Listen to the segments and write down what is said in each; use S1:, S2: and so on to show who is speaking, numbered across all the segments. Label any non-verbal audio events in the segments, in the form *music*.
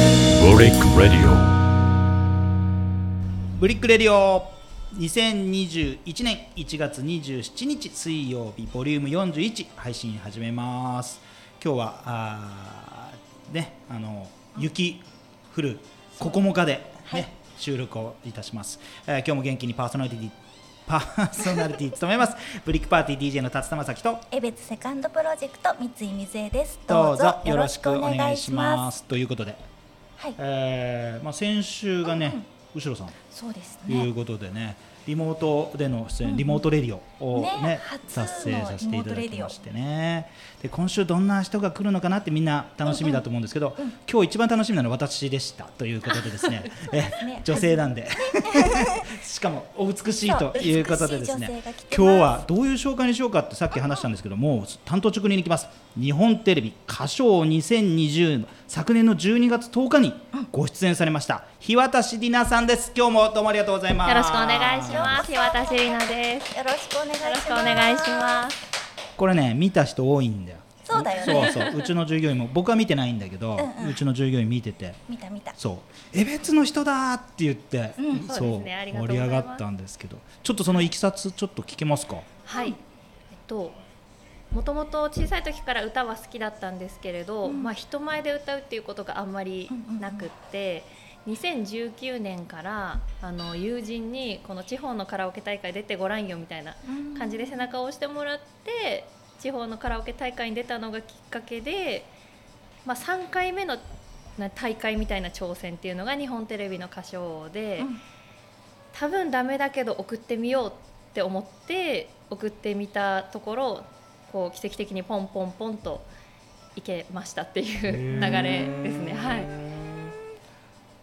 S1: リック・レディ
S2: ブリックレディオ2021年1月27日水曜日ボリューム41配信始めます今日はあーねあの雪降る9日で、ね
S3: はい
S2: 収録をいたします、えー今日も元気にパーソナリティパーソナリティ務めます *laughs* ブリックパーティー DJ の辰田正樹と
S3: エベツセカンドプロジェクト三井水江です
S2: どうぞよろしくお願いしますということで、
S3: はい
S2: えーまあ、先週がね、後ろさん
S3: そうです
S2: という
S3: ね
S2: ことでね、リモートでの出演、リモートレディオをね
S3: ね初の
S2: 達成させていただきましてねで今週どんな人が来るのかなってみんな楽しみだと思うんですけど、今日一番楽しみなのは私でしたということでです
S3: *laughs*
S2: ねえ女性なんで *laughs* しかもお美しいということでですね
S3: そう美しい女性が来てます
S2: 今日はどういう紹介にしようかってさっき話したんですけどもう担当直入に行きます日本テレビ歌唱2020の昨年の12月10日にご出演されました日渡里奈さんです今日もどうもありがとうございます
S4: よろしくお願いします。
S3: よろしくお願いします
S4: 私りなです。
S3: よろしくお願いします
S4: よろしくお願いします。
S2: これね見た人多いんだよ
S3: そうだよね
S2: そうそううちの従業員も僕は見てないんだけど、うちの従業員見てて
S3: 見た見た
S2: そう「え別の人だ!」って言って、
S4: そうですねありがと
S2: 盛り
S4: うござ
S2: 上
S4: います
S2: がったんですけどちょっとそのいきさつちょっと聞けますか
S4: はい。えっと。もともと小さい時から歌は好きだったんですけれど、まあ人前で歌うっていうことがあんまりなくって、2019年からあの友人にこの地方のカラオケ大会出てごらんよみたいな感じで背中を押してもらって地方のカラオケ大会に出たのがきっかけで、まあ、3回目のな大会みたいな挑戦っていうのが日本テレビの歌唱王で、
S3: うん
S4: 多分ダメだけど送ってみようって思って送ってみたところこう奇跡的にポンポンポンといけましたっていう流れですね。はい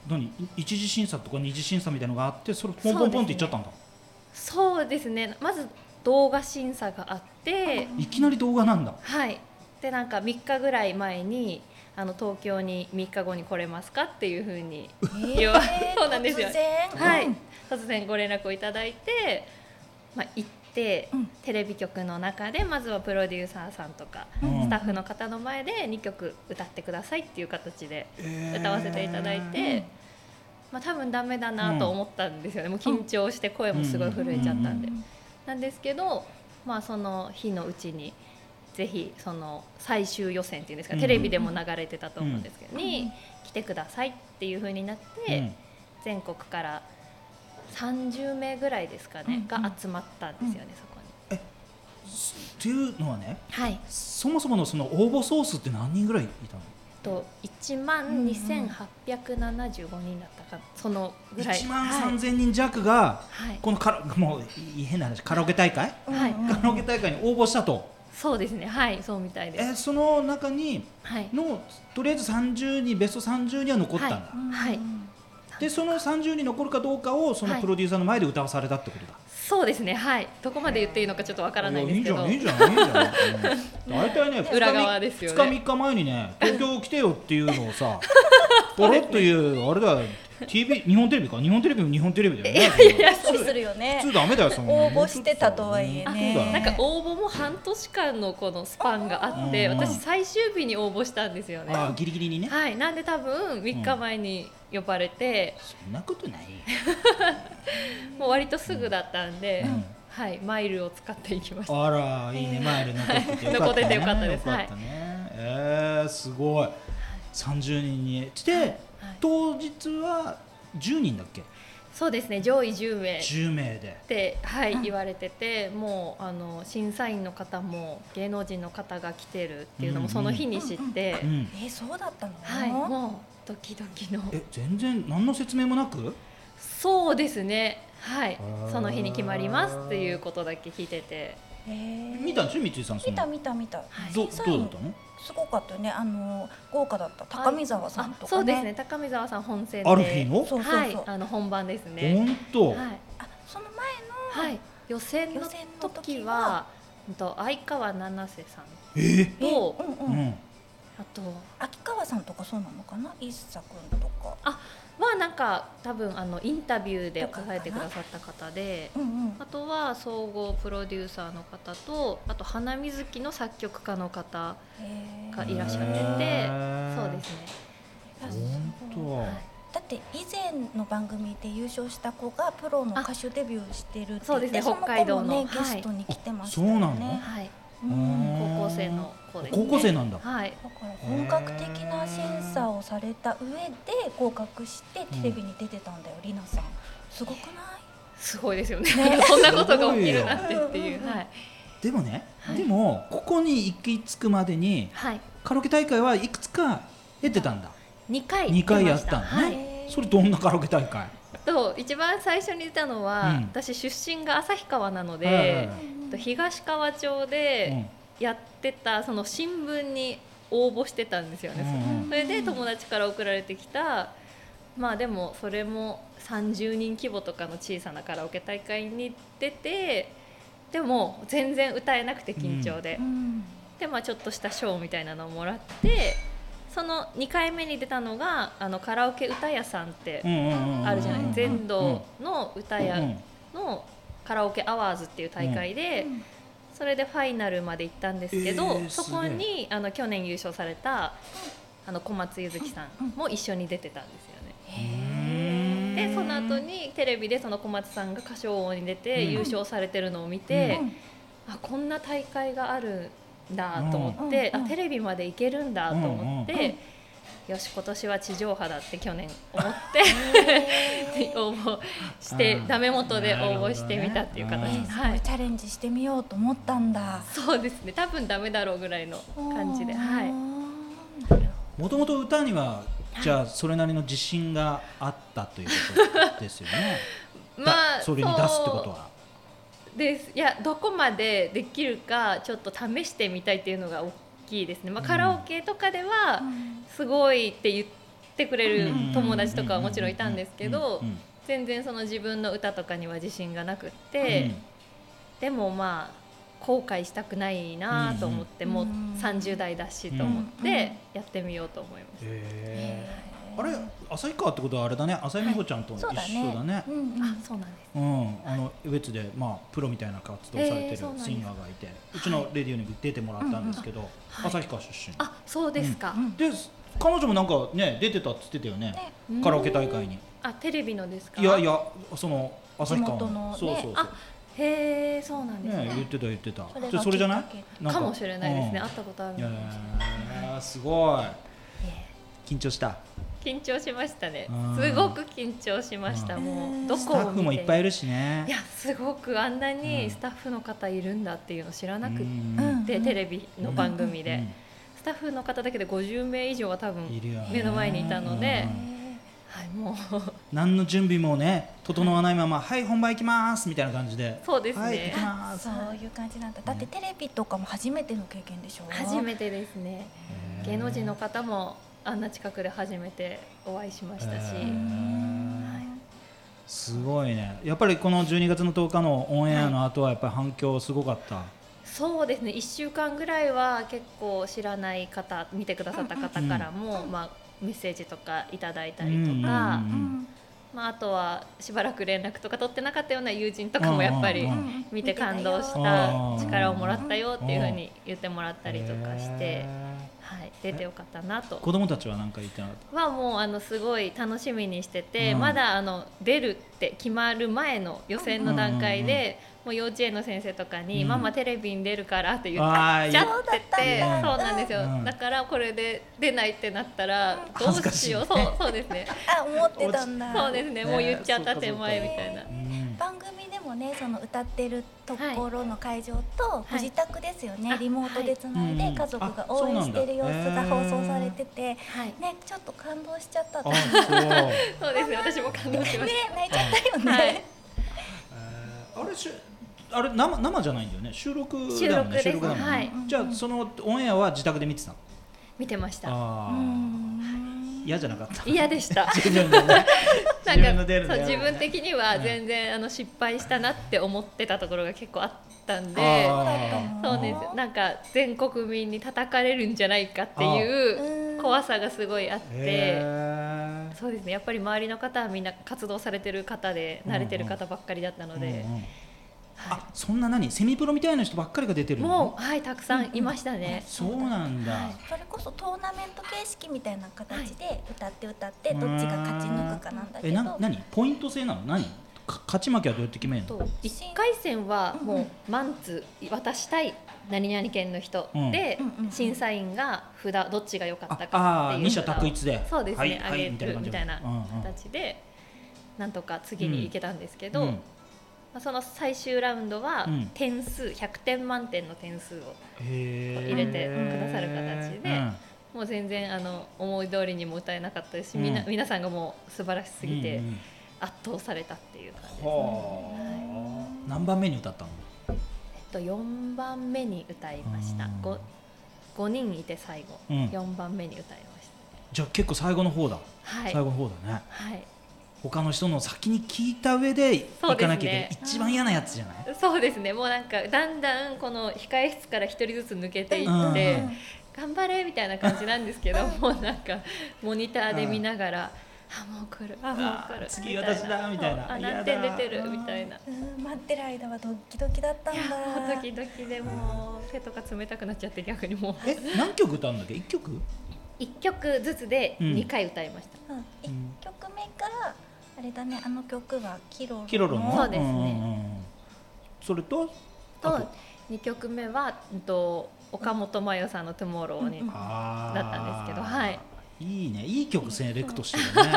S2: 何い一次審査とか二次審査みたいのがあってそれポンポンポンっていっちゃったんだ、
S4: そうですねまず動画審査があって、
S2: いきなり動画なんだ
S4: はい、でなんか3日ぐらい前にあの東京に3日後に来れますかっていうふうに言わそうなんですよ
S3: 突。然
S4: はい、
S3: うん
S4: 突然ご連絡をいただいて、まあ、行って、
S3: うん
S4: テレビ局の中でまずはプロデューサーさんとか、
S2: うん
S4: スタッフの方の前で2曲歌ってくださいっていう形で歌わせていただいて、まあ、多分ダメだなと思ったんですよね、もう緊張して声もすごい震えちゃったんで、
S3: うん
S4: なんですけど、まあ、その日のうちにぜひその最終予選っていうんですか、
S2: うん
S4: テレビでも流れてたと思うんですけど、に来てくださいっていう風になって。
S2: うん
S4: 全国から30名ぐらいですか
S3: うんう
S4: ね
S3: ん、
S4: が集まったんですよね、そこに。
S2: っていうのはね
S4: はい、
S2: そもそものその応募総数って何人ぐらいいたの
S4: と1万2875人だったか、そのぐらい。
S2: 1万
S4: はい
S2: 3000人弱が
S4: はい、
S2: このカラもういい変な話カラオケ大会
S4: はい
S3: うん
S2: カラオケ大会に応募したと、
S4: そうですね、はい、そうみたいです。
S2: えその中に
S4: はい、
S2: のとりあえず30人ベスト30には残ったんだ、
S4: ははい
S2: でその30に残るかどうかをその
S4: はい
S2: プロデューサーの前で歌わされたってことだ、
S4: そうですね、はい、どこまで言っていいのかちょっとわからない
S2: や
S4: んですけど。
S2: いいじゃんいいじゃんいいじゃんうん大体ね二日
S4: *laughs* 裏側ですよね
S2: 2日3日前に
S4: *laughs*
S2: ね東京来てよっていうのをさポロッというあれだよ TV 日本テレビか日本テレビも日本テレビだよね
S3: そうするよね
S2: 普通ダメだよそんな
S3: 応募してたとはいえね
S2: そうだよ
S4: なんか応募も半年間のこのスパンがあって、
S2: うん
S4: 私最終日に応募したんですよね。
S2: あーギリギリにね
S4: はい、なんで多分3日前に呼ばれて、
S2: そんなことないよ
S4: もう割とすぐだったんで、
S2: うん
S4: はい、マイルを使っていきました。
S2: あらいいねマイル残っててよか
S4: 残
S2: っ
S4: ったて
S2: ね
S4: てよかったです
S2: よかったねえーすごい30人にして当日は10人だっけ
S4: そうですね、上位10名っ
S2: 10名で
S4: て、はい、言われてて、もうあの審査員の方も芸能人の方が来てるっていうの
S2: うんう
S4: も
S2: ん
S4: その日に知って、
S2: うん
S3: えそうだったの
S4: はい、もうドキドキの。
S2: え全然何の説明もなく
S4: そうですね、はい
S2: ー、
S4: その日に決まりますっていうことだけ聞いてて、
S3: えー
S2: 見たんでしょ三井さんそ
S3: 見た
S2: の
S3: 見た見た
S4: はい
S2: ど
S3: 審査員
S2: どうだったの
S3: すごかったよねあの豪華だった高見沢さんと
S4: あ
S3: か
S4: そうです
S3: ね
S4: ね、高見沢さん本戦で、
S2: アルフィーの
S3: そうそうそう
S4: はい、あの本番ですね。
S2: 本当
S4: はい。
S3: あその前の
S4: はい、予選の
S3: 予選の時
S4: 時
S3: は
S4: は、うんと相川七瀬さん
S2: え
S3: え
S4: と、
S3: うん
S2: う
S3: うん
S2: ん
S4: あと
S3: 秋川さんとかそうなのかな一茶くんとか
S4: はなんか多分あのインタビューで答えてくださった方で。
S3: うんうん
S4: あとは総合プロデューサーの方とあと花水木の作曲家の方
S3: へー
S4: がいらっしゃってて、
S2: へー
S4: そうですね
S2: 本当
S4: はい
S3: だって以前の番組で優勝した子がプロの歌手デビューしてるって言って
S4: あそうですね
S3: その
S4: 北海
S3: 子
S4: 道
S3: も
S4: の
S3: ねゲ
S4: はい
S3: ストに来てました
S2: あそう
S3: よ
S2: なの
S3: ね。
S4: はい、
S3: うん
S2: うん
S4: 高校生の子です、ね、
S2: 高校生なんだ
S4: はい
S3: だから本格的な審査をされた上で合格してテレビに出てたんだよ、りなさんすごくない
S4: すごいですよね *laughs* こんなことが起きるなんてってい
S3: すごいよう
S4: う
S3: んうんうん
S4: はい、
S2: でもね、でもここに行き着くまでに
S4: はい、
S2: カラオケ大会はいくつか得てたんだ、
S4: 2回
S2: 二回
S4: 出まし
S2: やったの
S4: は
S2: ね
S4: い、
S2: それどんなカラオケ大会
S4: と一番最初に出たのは、
S2: うん
S4: 私出身が旭川なの
S2: はいはい
S4: で、と東川町でやってたその新聞に応募してたんですよね、
S2: うん
S4: それで友達から送られてきたまあでもそれも30人規模とかの小さなカラオケ大会に出てでも全然歌えなくて緊張で、
S3: うん
S4: でまあちょっとした賞みたいなのをもらってその2回目に出たのがあのカラオケ歌屋さんって
S2: うんうんうんうん
S4: あるじゃない、
S3: うんうん
S4: 全土の歌
S2: うんう
S4: 屋
S2: ん
S4: のカラオケアワーズっていう大会で、それでファイナルまで行ったんですけど、
S2: えー
S4: そこにあの去年優勝されたあの小松ゆずきさんも一緒に出てたんですよね。
S2: へー
S4: でその後にテレビでその小松さんが歌唱王に出て
S2: うん
S4: 優勝されてるのを見て、
S3: うん
S4: あこんな大会があるんだと思って、
S3: うん
S4: あテレビまで行けるんだと思って、
S3: うんうん
S4: よし今年は地上波だって去年
S2: *laughs*
S4: 思って。応募して
S2: うん
S4: ダメ元で応募してみたっていう形
S2: なるほどねうん
S4: です、
S3: す
S4: は
S3: ごい
S4: い、
S3: チャレンジしてみようと思ったんだ
S4: そうですね多分ダメだろうぐらいの感じで、は
S3: う
S4: い、
S3: んなる
S2: もともと歌にはじゃあそれなりの自信があったということですよね
S4: *laughs* まあ
S2: だそれに出すってことは
S4: そうですいやどこまでできるかちょっと試してみたいっていうのが大きいですね、まあ、
S2: うん
S4: カラオケとかでは
S3: ほどうん
S4: すごいって言ってくれる友達とかはもちろんいたんですけど
S2: うんうん
S4: 全然その自分の歌とかには自信がなくっ
S2: うん
S4: て、でもまあ後悔したくないなと思って、
S3: うん
S4: もう
S3: うん
S4: 30代だしと思ってやってみようと思いま
S2: へ
S4: す、
S2: え
S3: へー
S2: あれ旭川ってことはあれだね浅井美穂ちゃんと一緒
S3: そうだね
S2: だね
S3: うんうん
S4: あそうなんです
S2: うん、あの江別で、まあ、プロみたいな活動をされて
S4: え
S2: る
S4: ーそうなんです
S2: シンガーがいて、うちのレディオに出てもらったんですけど、
S4: うん
S2: 旭川出身、
S4: あそうですか、
S3: うん
S2: で彼女もなんかね出てたっつってたよね
S3: ね
S4: うん
S2: カラオケ大会に
S4: あテレビのですか
S2: いやいやその旭川
S3: 地元のね
S2: そうそう
S4: あへえそうなん
S2: そう、
S4: ですね
S2: ね、言ってた言ってた
S3: それが
S2: じゃあそれじゃない
S3: きっかけ
S2: なん
S4: かもしれないですね、
S2: うん
S4: 会ったことある
S2: い
S4: の
S2: や
S4: かもしれない
S2: ーすごい
S4: え
S2: 緊張した
S4: 緊張しましたね
S2: うん
S4: すごく緊張しました、
S3: うん
S4: もう
S3: ど
S4: どこを見て
S2: スタッフもいっぱいいるしね
S4: いやすごくあんな
S2: うん
S4: にスタッフの方いるんだっていうの知らなく
S2: う
S4: っ
S2: ん
S4: て、
S3: うん
S4: テレビの番組で、
S2: う
S4: スタッフの方だけで50名以上は多分
S2: んいるよね
S4: 目の前にいたので
S2: うん
S4: はい、もう
S2: 何の準備もね整わないまま「はい本番行きます」みたいな感じで
S4: そうですね
S2: はい行きます
S3: そういう感じなんだだってテレビとかも初めての経験でしょ
S4: *laughs* 初めてですね芸能人の方もあんな近くで初めてお会いしましたし、
S2: へ
S3: う
S2: ー
S3: ん
S4: はい
S2: すごいねやっぱりこの12月の10日のオンエアの後はやっぱり反響すごかった、
S4: そうですね1週間ぐらいは結構知らない方見てくださった方からも、まあ、メッセージとかいただいたりと
S2: うんうんうん
S4: か、
S3: うん
S4: まあ、あとはしばらく連絡とか取ってなかったような友人とかもやっぱり
S2: うんうんうん
S4: 見て感動し
S2: 見てたよ
S4: た力をもらったよっていうふうに言ってもらったりとかして
S2: へ、ー
S4: はい、出てよかったなと
S2: 子供たちは何か言ってなかっ
S4: はもうあのすごい楽しみにしてて、
S2: うん
S4: まだあの出るって決まる前の予選の段階で、もう幼稚園の先生とかに「
S2: うん
S4: ママテレビに出るから」って言っ
S2: あー
S4: ちゃって
S2: いい
S4: て
S2: ね
S4: そうなんですよ、
S2: うん
S4: だからこれで出ないってなったらど
S2: 恥ず
S4: う
S2: か
S4: し
S2: しい
S4: よ
S2: ね
S4: うそうそうですね
S3: あ思ってたんだ
S4: そうですねもう言っちゃった手前み
S2: ね
S4: たいな、
S2: た、うん
S3: 番組でもねその歌ってるところの会場とご自宅ですよね、
S4: はい
S3: リモートでつない
S2: はい
S3: で家族が応援してる様子が
S2: あそうなん
S3: 放
S2: だ
S3: 送されてて、
S4: はい
S3: ねちょっと感動しちゃった
S2: あ
S3: *laughs* ね
S2: そうえ
S4: そうですね私も感動しまし
S3: 泣いちゃったよね、
S4: た、はい、
S2: ーあれしあれ生生じゃないんだよね収録
S4: 収
S2: だも
S4: 録
S2: んね
S4: です、
S2: だもんね、
S4: はい
S2: じゃあそのオンエアは自宅で見てたの
S4: 見てました
S2: あ
S3: う
S2: ー
S3: ん
S2: 嫌じゃなかった *laughs*
S4: 嫌でした
S2: 自分でね
S4: な
S2: 自分
S4: ん
S2: の
S4: か
S2: 出るの
S4: そ
S2: 嫌だ
S4: う自
S2: よね
S4: 分的には全然あの失敗したなって思ってたところが結構あったんで
S2: あー
S4: そうですよなんか全国民に叩かれるんじゃないかって
S3: あ
S4: い
S3: ー
S4: う怖さがすごいあって
S2: へー
S4: そうですねやっぱり周りの方はみんな活動されてる方で
S2: うんうん
S4: 慣れてる方ばっかりだったので
S2: うんうん
S4: はい
S2: あそんな何セミプロみたいな人ばっかりが出てるの
S4: もうはいたくさんいましたね、
S2: そうなんだ、
S4: はい
S3: それこそトーナメント形式みたいな形で歌って歌って
S2: う
S3: ど
S2: ん
S3: っちが勝ち抜くかなんだけ
S2: え
S3: ど
S2: な何ポイント制なの何か勝ち負けはどうやって決めるの
S4: と1回戦は
S3: うんう
S4: も
S3: ん
S4: うマンツー渡したい何々県の人、
S2: うん
S4: で、
S3: うんうん
S4: 審査員が札どっちが良かったかっ
S2: ああ
S4: ていう
S2: 二者
S4: 札を
S2: 択一で
S4: そうですね、
S2: はいはい
S4: あげるみたいな
S2: みたいな感じうんうん
S4: 形で、なんとか次に行けたんですけど、
S2: うん
S4: まあ、その最終ラウンドは
S2: うん
S4: 点数、100点満点の点数を
S2: 入
S4: 入れてくださる形でもう全然あの思い通りにも歌えなかったですし、みんな
S2: うん
S4: 皆さんがもう素晴らしすぎて圧倒されたっていう感じです、
S2: はあ何番目に歌ったの
S4: えっと、4番目に歌いました
S2: うん
S4: 5, 5人いて最後、
S2: うん
S4: 4番目に歌いまし
S2: じゃあ結構最後の方だ
S4: たはい
S2: 最後の方だね
S4: はい
S2: 他の人の先に聞いた上で行かなきゃいけない
S4: そう
S2: 一番嫌なやつじゃない
S4: そうですねもうなんかだんだんこの控え室から一人ずつ抜けてい
S2: うん
S4: って頑張れみたいな感じなんですけどもうなんかモニターで見ながらあもう来るあ
S2: あ
S4: もう来る
S2: 次私だみたいな
S4: そうあ
S2: 嫌だ
S4: 何点出てるみたいな
S3: うん待ってる間はドッキドキだったん
S4: いやもう
S3: だ
S4: ドキドキでもう手とか冷たくなっちゃって逆にもう
S2: え何曲歌うんだっけ一曲
S4: 1曲ずつで
S2: うん
S4: 2回歌いました、
S3: うん一曲目からあれだねあの曲はキロロの
S2: キロロの
S4: そうですね
S2: んうんうんそれとあ
S4: と2曲目は、うんと、岡本真代さんの「トゥモローに、
S3: うんうん
S4: ま
S2: あー
S4: だったんですけどはい
S2: いいねいい曲セレクトしてる
S4: *laughs*
S2: ね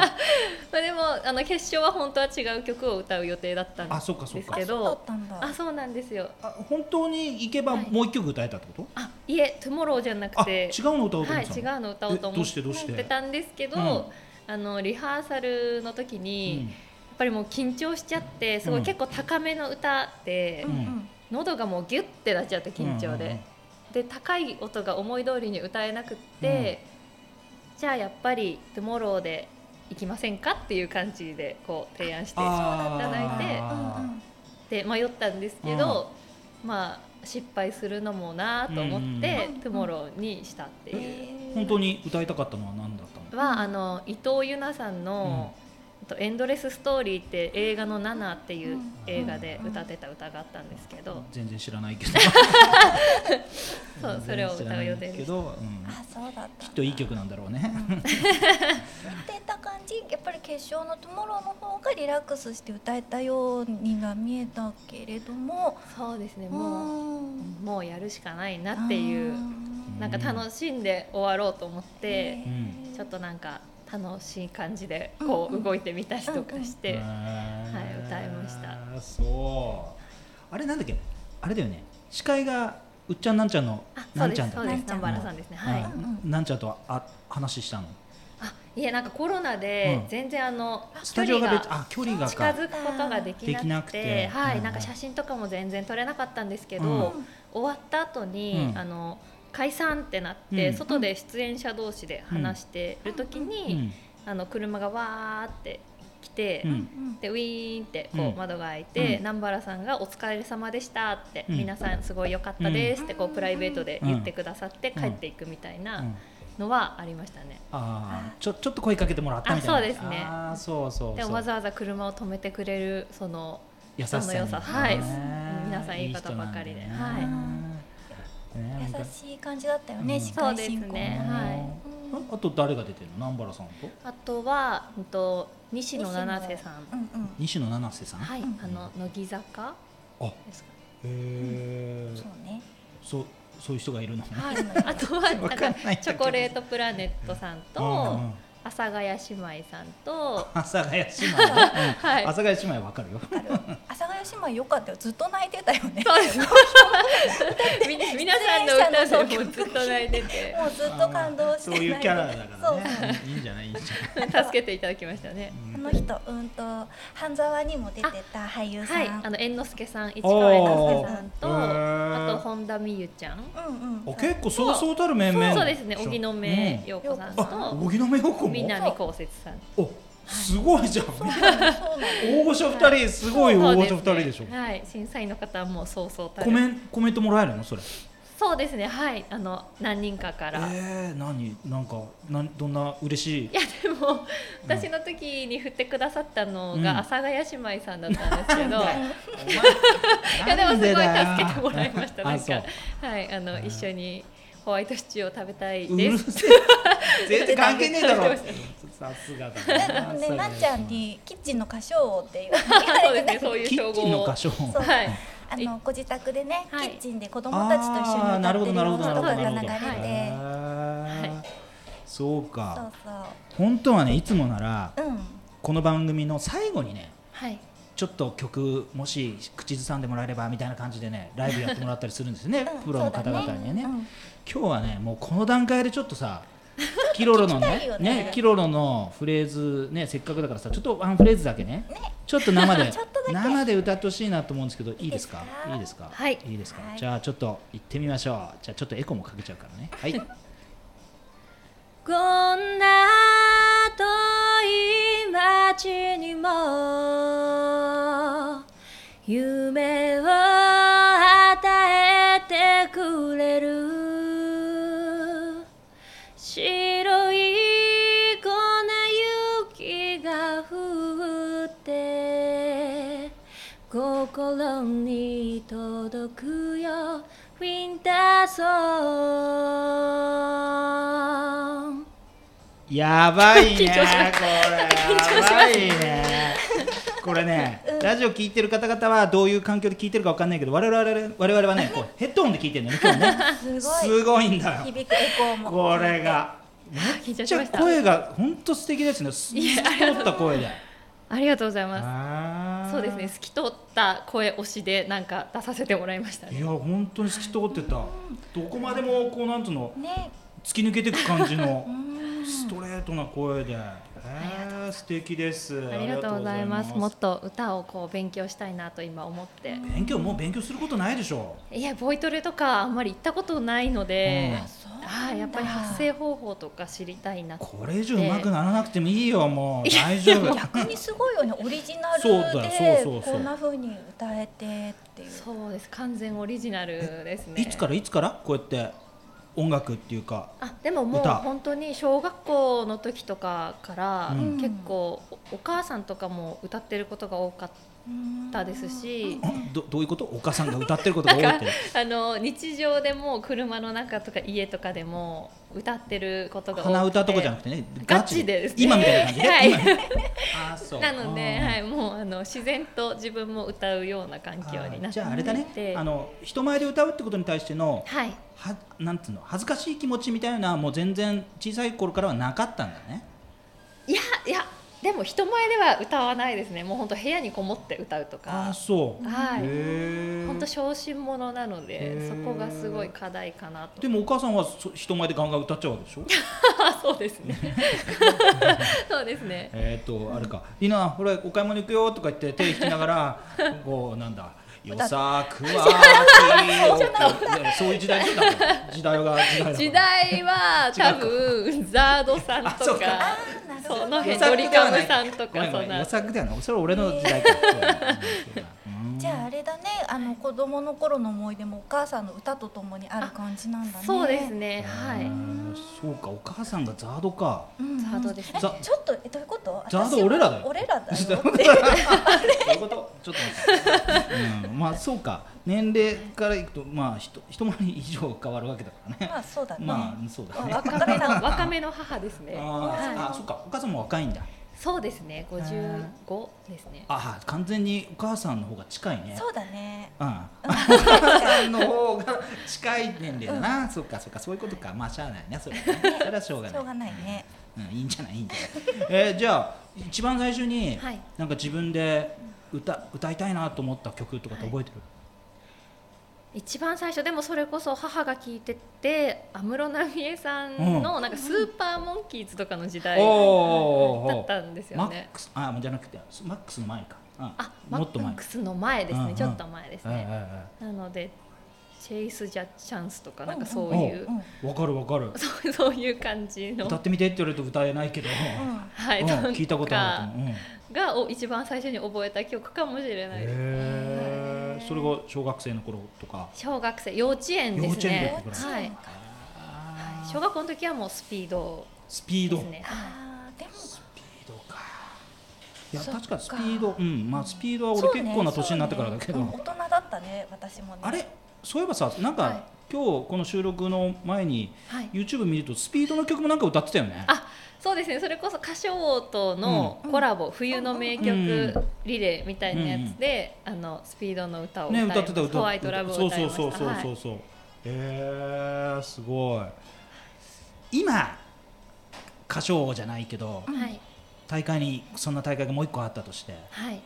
S4: あ、でもあの決勝は本当は違う曲を歌う予定だったん
S2: あ
S4: です
S2: そっかそっ
S4: です
S2: か
S4: け
S3: そうだっ
S4: ど
S3: たんだ
S4: あそうなんですよ
S2: あ本当に行けば
S4: はい
S2: もう一曲歌えたってこと
S4: あいえ「トゥモローじゃなく
S2: あ
S4: て
S2: 違うの歌おうと思っ
S4: はい、
S2: てた
S4: 違
S2: の
S4: うの歌おうと
S2: えど
S4: 思
S2: う
S4: っ
S2: してどうして
S4: 思ってたんですけど、あのリハーサルの時に、やっぱりもう緊張しちゃってすごい、
S2: うん
S4: 結構高めの歌って、
S3: うんうん
S4: 喉がもうギュッてなっちゃって緊張で、
S2: うんうんうん
S4: で高い音が思い通りに歌えなくって、じゃあやっぱり「トゥモローで行きませんかっていう感じでこう提案して
S2: あー
S4: いただいて
S2: あー
S3: うんうん
S4: で迷ったんですけど、まあ失敗するのもなと思って
S3: うんうん
S4: 「トゥモローにしたっていう。
S2: 本当に歌いたかったのは何だったの
S4: はあの伊藤由奈さんの「とエンドレスストーリー」って映画の「ナナ」っていう映画で歌ってた歌があったんですけど、
S2: 全然知ら
S4: *laughs*
S2: ないけど
S4: そうそれを歌
S2: 全然知
S4: う予定
S2: らないけ
S4: です。
S2: ど、うん
S3: あそうだった
S2: きっといい曲なんだろうね、
S3: ってた感じやっぱり決勝の「トゥモローの方がリラックスして歌えたようにが見えたけれども
S4: そうですねもう
S3: も
S4: もうやるしかないなっていうなんか楽しんで終わろうと思って、
S2: うん
S4: ちょっとなんか楽しい感じで
S3: うん
S4: こう動いてみたりとかし
S2: へ
S4: て、
S2: ー
S4: はい歌いました
S2: そうあれなんだっけあれだよね司会がうっちゃんなんちゃんの
S4: あそ
S2: な
S4: うんで
S2: ちゃん
S4: す
S2: だ
S4: そ
S2: っけ
S4: うです南原さんですねはい、
S2: う
S3: うん
S2: んなんちゃんとはあ話したの
S4: あいえなんかコロナで
S2: うん
S4: 全然あの、
S2: ス
S4: 距
S2: タジオ
S4: 離
S2: が
S4: が
S2: 別あ距離が
S4: 近
S2: か
S4: づくことができなくて
S2: できなくて
S4: はい、
S2: うん
S4: なんか写真とかも全然撮れなかったんですけど、
S2: うん
S4: 終わった後に、
S2: うん
S4: あの解散ってなって、
S2: うん
S4: 外で出演者同士で話してる時に、
S2: うん
S4: あの車がわーって来て、
S2: うん
S4: でウィーンって
S2: う
S4: こ
S2: ん
S4: う窓が開いて、
S2: うん
S4: 南原さんが「お疲れ様でした」って、
S2: うん
S4: 皆さんすごい良かったです」ってこ
S3: う
S4: うんプライベートで言ってくださって
S2: うん
S4: 帰っていくみたい
S2: うん
S4: なのはありましたね。
S2: あーちょちょっと声かけてもらったみたいな
S4: あそうですね
S2: あーそうそうそう
S4: でもわざわざ車を止めてくれるその
S2: 優しさ
S4: 人の良さはい皆さんいい
S2: 方
S4: 方ばかりで
S2: いねなんか
S3: 優しい感じだったよね
S2: うん
S3: 司会進行も
S4: そうですねはい
S2: うんあと誰が出てるの南原さんと
S4: あとは、うんと、西野七瀬さん
S3: う。んうん
S2: 西野七瀬さん、
S4: はい
S3: うん、
S4: あの乃木坂
S2: あ
S4: ですか。
S2: へえ
S3: そうね
S2: そうそういう人がいるのね
S4: はい、 *laughs* あとは、なん
S2: わかんないんだ
S4: か
S2: けど
S4: チョコレートプラネットさんと、
S2: うんうん
S4: 阿佐ヶ谷姉妹さんと。
S2: 阿佐ヶ谷姉妹ね、うん
S4: はい
S2: 阿佐ヶ谷姉妹わかるよ
S3: 阿佐ヶ谷姉妹良かったよずっと泣いてたよね
S4: *laughs* そうです。み皆さんの歌でもうずっと泣いて
S2: *laughs*
S4: て、
S3: もうずっと感動して
S2: そういうキャラだから
S3: そうそう
S2: ねいいんじゃないいいんじゃない
S4: 助けていただきましたね。
S3: あの人うんと半沢にも出てた俳優さん、
S4: はい、あの猿之助さん、市川猿之助さんと、
S2: おー
S4: あと本田美優ちゃん。
S3: うんうん
S2: お結構そうそうたる面々
S4: そうですね、荻野目
S2: よ
S4: 洋子さん
S2: あ
S4: と、
S2: 荻野目洋子も
S4: 南こうせつさん。
S2: おすごいじゃん
S3: そうなの
S2: 大御所二人すごい大御所二人でしょ
S4: そうすねはい、審査員の方はもうそうそうたる
S2: コメンコメントもらえるのそれ
S4: そうですねはいあの何人かから、
S2: えー、何なんかなんどんな嬉しい
S4: いやでも私の時に振ってくださったのが
S2: うん
S4: 阿佐ヶ谷姉妹さんだったんですけど、い
S2: い
S4: やでも *laughs* すごい助けてもらいましたなん
S2: そう
S4: かはいあの
S2: うん
S4: 一緒にホワイトシチューを食べたいうで
S2: る
S4: す
S2: せえ全然関係ねえだろ
S4: *laughs*
S2: さすがだな
S3: ね、なっちゃんにキッチンの歌唱王っていう
S4: *laughs* そうですねそういう
S2: キ
S4: 称
S2: ッ
S4: 号
S2: チンの
S4: を
S2: 歌唱
S3: そう
S4: はい
S3: あのご自宅でね、
S4: はい
S3: キッチンで子供たちと一緒に
S2: あーな
S3: 歌
S2: る
S3: っ
S2: ほ
S3: て
S2: どなる
S3: る様
S2: ほ
S3: 子
S2: ど
S3: と
S2: なる
S3: か
S2: ほど
S3: が
S2: なるほど
S3: 流れ
S2: へ
S3: て、
S2: ー
S4: は
S2: そう
S3: そ
S2: か
S3: うそ
S2: 本当はねいつもなら
S3: う、うん、
S2: この番組の最後にね
S4: はい
S2: ちょっと曲もし口ずさんでもらえればみたいな感じでねライブやってもらったりするんですよね
S3: *laughs* うん
S2: プロの方々にはね
S3: そうだねうん
S2: 今日はねもうこの段階でちょっと
S3: *laughs*
S2: さキロロの
S3: 聞きたい
S2: ね
S3: よね
S2: ねキロロのフレーズねせっかくだからさちょっとワンフレーズだけねちょっと生で
S3: *laughs* ちょっとだけ
S2: 生で歌ってほしいなと思うんですけどいいですかい
S3: い
S2: い
S3: い
S2: で
S3: です
S2: か
S4: はい
S2: いですか
S3: はい
S2: じゃあちょっと行ってみましょうじゃあちょっとエコーもかけちゃうからねはい
S3: *laughs*
S4: こんな遠い街にも夢を与えてくれる白い粉雪が降って心に届くよウィンターソング
S2: やばいねこれ
S4: 緊張しました
S2: やばいねこれね、ラジオ聞いてる方々はどういう環境で聞いてるかわかんないけど我々は我々はねこうヘッドホンで聞いてるのね今日ね
S3: すごい
S2: すごいんだよ
S3: 響くエコーも
S2: これが
S4: 緊
S2: め
S4: 張
S2: っち
S4: しま
S2: ゃ
S4: した
S2: 声が本当素敵ですね透き通った声で
S4: ありがとうございま
S2: あー
S4: すそうですね透き通った声推しでなんか出させてもらいました
S2: い
S4: ね
S2: や本当に透き通ってたどこまでもこうなんつうの
S3: ね
S2: 突き抜けていく感じ
S4: *laughs*
S2: の
S3: うん
S2: ストレートな声で、えー、素敵です
S4: ありがとうございます
S2: ありがとうござい
S4: もっと歌をこう勉強したいなと今思って
S2: 勉強もう勉強することないでしょ
S4: いやボイトレとかあんまり行ったことないので、
S2: うん
S3: そう
S4: ああやっぱり発
S3: なん
S4: 声方法とか知りたいな
S2: これ以上上手くならなくてもいいよもう大丈
S3: だ
S2: 夫
S3: 逆にすごいよねオリジナル
S2: そうだよ
S3: で
S2: そうそうそう
S3: こんな風に歌えてっていう
S4: そうです完全オリジナルですね
S2: いつからいつからこうやって音楽っていうか
S4: あでももう
S2: 歌
S4: 本当に小学校の時とかから
S2: うん
S4: 結構おお母さんとかも歌ってることが多かっ
S3: うん
S4: たですし
S2: あどどういうことお母さんが歌ってること
S4: な
S2: が
S4: ん
S2: 多いっ
S4: か *laughs*
S2: て
S4: あの日常でも車の中とか家とかでも歌ってることが多くて
S2: 鼻歌とかじゃなくてね
S4: ガチでですね
S2: 今みたいな感じで、
S4: はい
S2: 今みたいな
S4: *laughs*
S2: あーそう
S4: なので、
S2: あー
S4: はい、もうあの自然と自分も歌うような環境にな
S2: あー
S4: っ
S2: じ
S4: てい
S2: ゃああれだね
S4: て
S2: あの人前で歌うってことに対しての
S4: はい、
S2: はなんつうの恥ずかしい気持ちみたいなもう全然小さい頃からはなかったんだね
S4: いやいやでも人前では歌わないですねもう本当部屋にこもって歌うと
S2: ああ
S4: か
S2: そう
S4: は
S2: へ
S4: い
S2: え
S4: 本当小心者なの
S2: へ
S4: でそ
S2: ー
S4: こがすごい課題かなと
S2: でもお母さんはそ人前でガンガン歌っちゃうわけで
S4: *laughs*
S2: しょ
S4: あ *laughs* そうです
S2: *laughs*
S4: ねそうですね
S2: えっとあれか「りなほらお買い物行くよ」とか
S4: *laughs*
S2: 言って手引きながらこうなんだ「よさくはきよ」そういう時代だったから時代が時代だから
S4: 時代は多分ザードさん
S2: あそ
S4: と
S2: うか
S4: か
S3: なるほ
S4: そ
S3: ど
S4: の辺
S2: 予
S4: ド
S2: 作
S4: リ
S2: ではな
S4: カム
S2: い
S4: さんと
S2: ごめ
S4: か
S2: ん
S4: そ
S2: ご
S4: ん
S2: めん
S4: な
S2: 予策ではないそれは俺の時代かうん
S3: じゃああれだねあの子供の頃の思い出もお母さんの歌とともにある感じなんだね
S4: そうですねは
S2: へ
S4: い
S2: ーそうかお母さんがザード
S4: *laughs*
S2: か
S3: うん
S4: ザードです
S3: え
S2: ザ
S3: ちょっとえどういうこと
S2: ザード
S3: 私
S2: 俺らだよ
S3: 俺
S2: *laughs*
S3: らだ
S2: ど
S3: よ
S2: ういうことちょっと待って、うん、まあそうか年齢からいくとまあ一一回り以上変わるわけだからね
S3: まあそうだね、
S2: まあそうだね
S3: わ
S4: 若
S2: *laughs*
S4: めの若めの母ですね
S2: あー
S4: は
S2: あそっかお母さんも若いんだ
S4: いそうですね55ですね
S2: あー完全にお母さんの方が近いね
S3: そうだね
S4: *laughs*
S2: うん、お母さんの方が近い年齢だな、そっかそっかそういうことか、まあしゃあないねそれはねそ
S4: *laughs*
S2: れはしょうが
S3: し
S2: な
S3: ょ
S2: いう
S3: がないね
S2: うん、いいんじゃないいいんじゃないえーじゃあ一番最初に、
S4: はい
S2: なんか自分で歌歌いたいなと思った曲とかって覚えてる、
S4: 一番最初でもそれこそ母が聞いてて安室奈美恵さんのなんかスーパーモンキーズとかの時代だ
S2: おー
S4: ったんです
S2: マ
S4: よ
S2: ッ
S4: ね
S2: クスあじゃなくてマックスの前か、うん
S4: あマ
S2: もっと前
S4: ックスの前です
S2: うんう
S4: ね
S2: ん
S4: ちょっと前です
S2: うんうん
S4: ねなのでチェイス・ジャッチャンスとかなんかそう
S2: うんうん
S4: いう
S3: うん
S2: うんわかるわかる
S4: そう *laughs* そういう感じの
S2: 歌ってみてって言われると歌えないけど、
S3: うん
S4: はい
S2: うん
S4: とか
S2: 聞いたことあると思う、うん
S4: がお一番最初に覚えた曲かもしれないです
S2: へえそれが小学生の頃とか
S4: 小学生幼稚園です
S2: 幼
S4: ね
S2: 稚園ぐらい
S4: はい、はい小学校の時はもうスピード
S2: スピー
S4: で
S2: ド
S4: すねは
S3: あーでも
S2: スピードかいや
S3: そっか
S2: 確かスピードうんまあスピードは俺
S3: そうね
S2: 結構な年になってからだけど、
S3: そうねうん大人だったね私もね
S2: あれそういえばさなんか、
S4: はい
S2: 今日この収録の前に
S4: い、はい、
S2: YouTube 見るとスピードの曲もなんか歌ってたよね
S4: あそうですねそれこそ歌唱王とのコラボ、冬の名曲リレーみたいなやつで、あのスピードの歌を歌
S2: ね
S4: いま
S2: 歌ってた歌ってた
S4: ホワイトラブを
S2: そう
S4: 歌い
S2: そ
S4: ま
S2: う
S4: した
S2: そうそう
S4: はい
S2: そうそう、へえすごい今歌唱王じゃないけど
S4: はい、
S2: 大会にそんな大会がもう一個あったとして
S4: はい、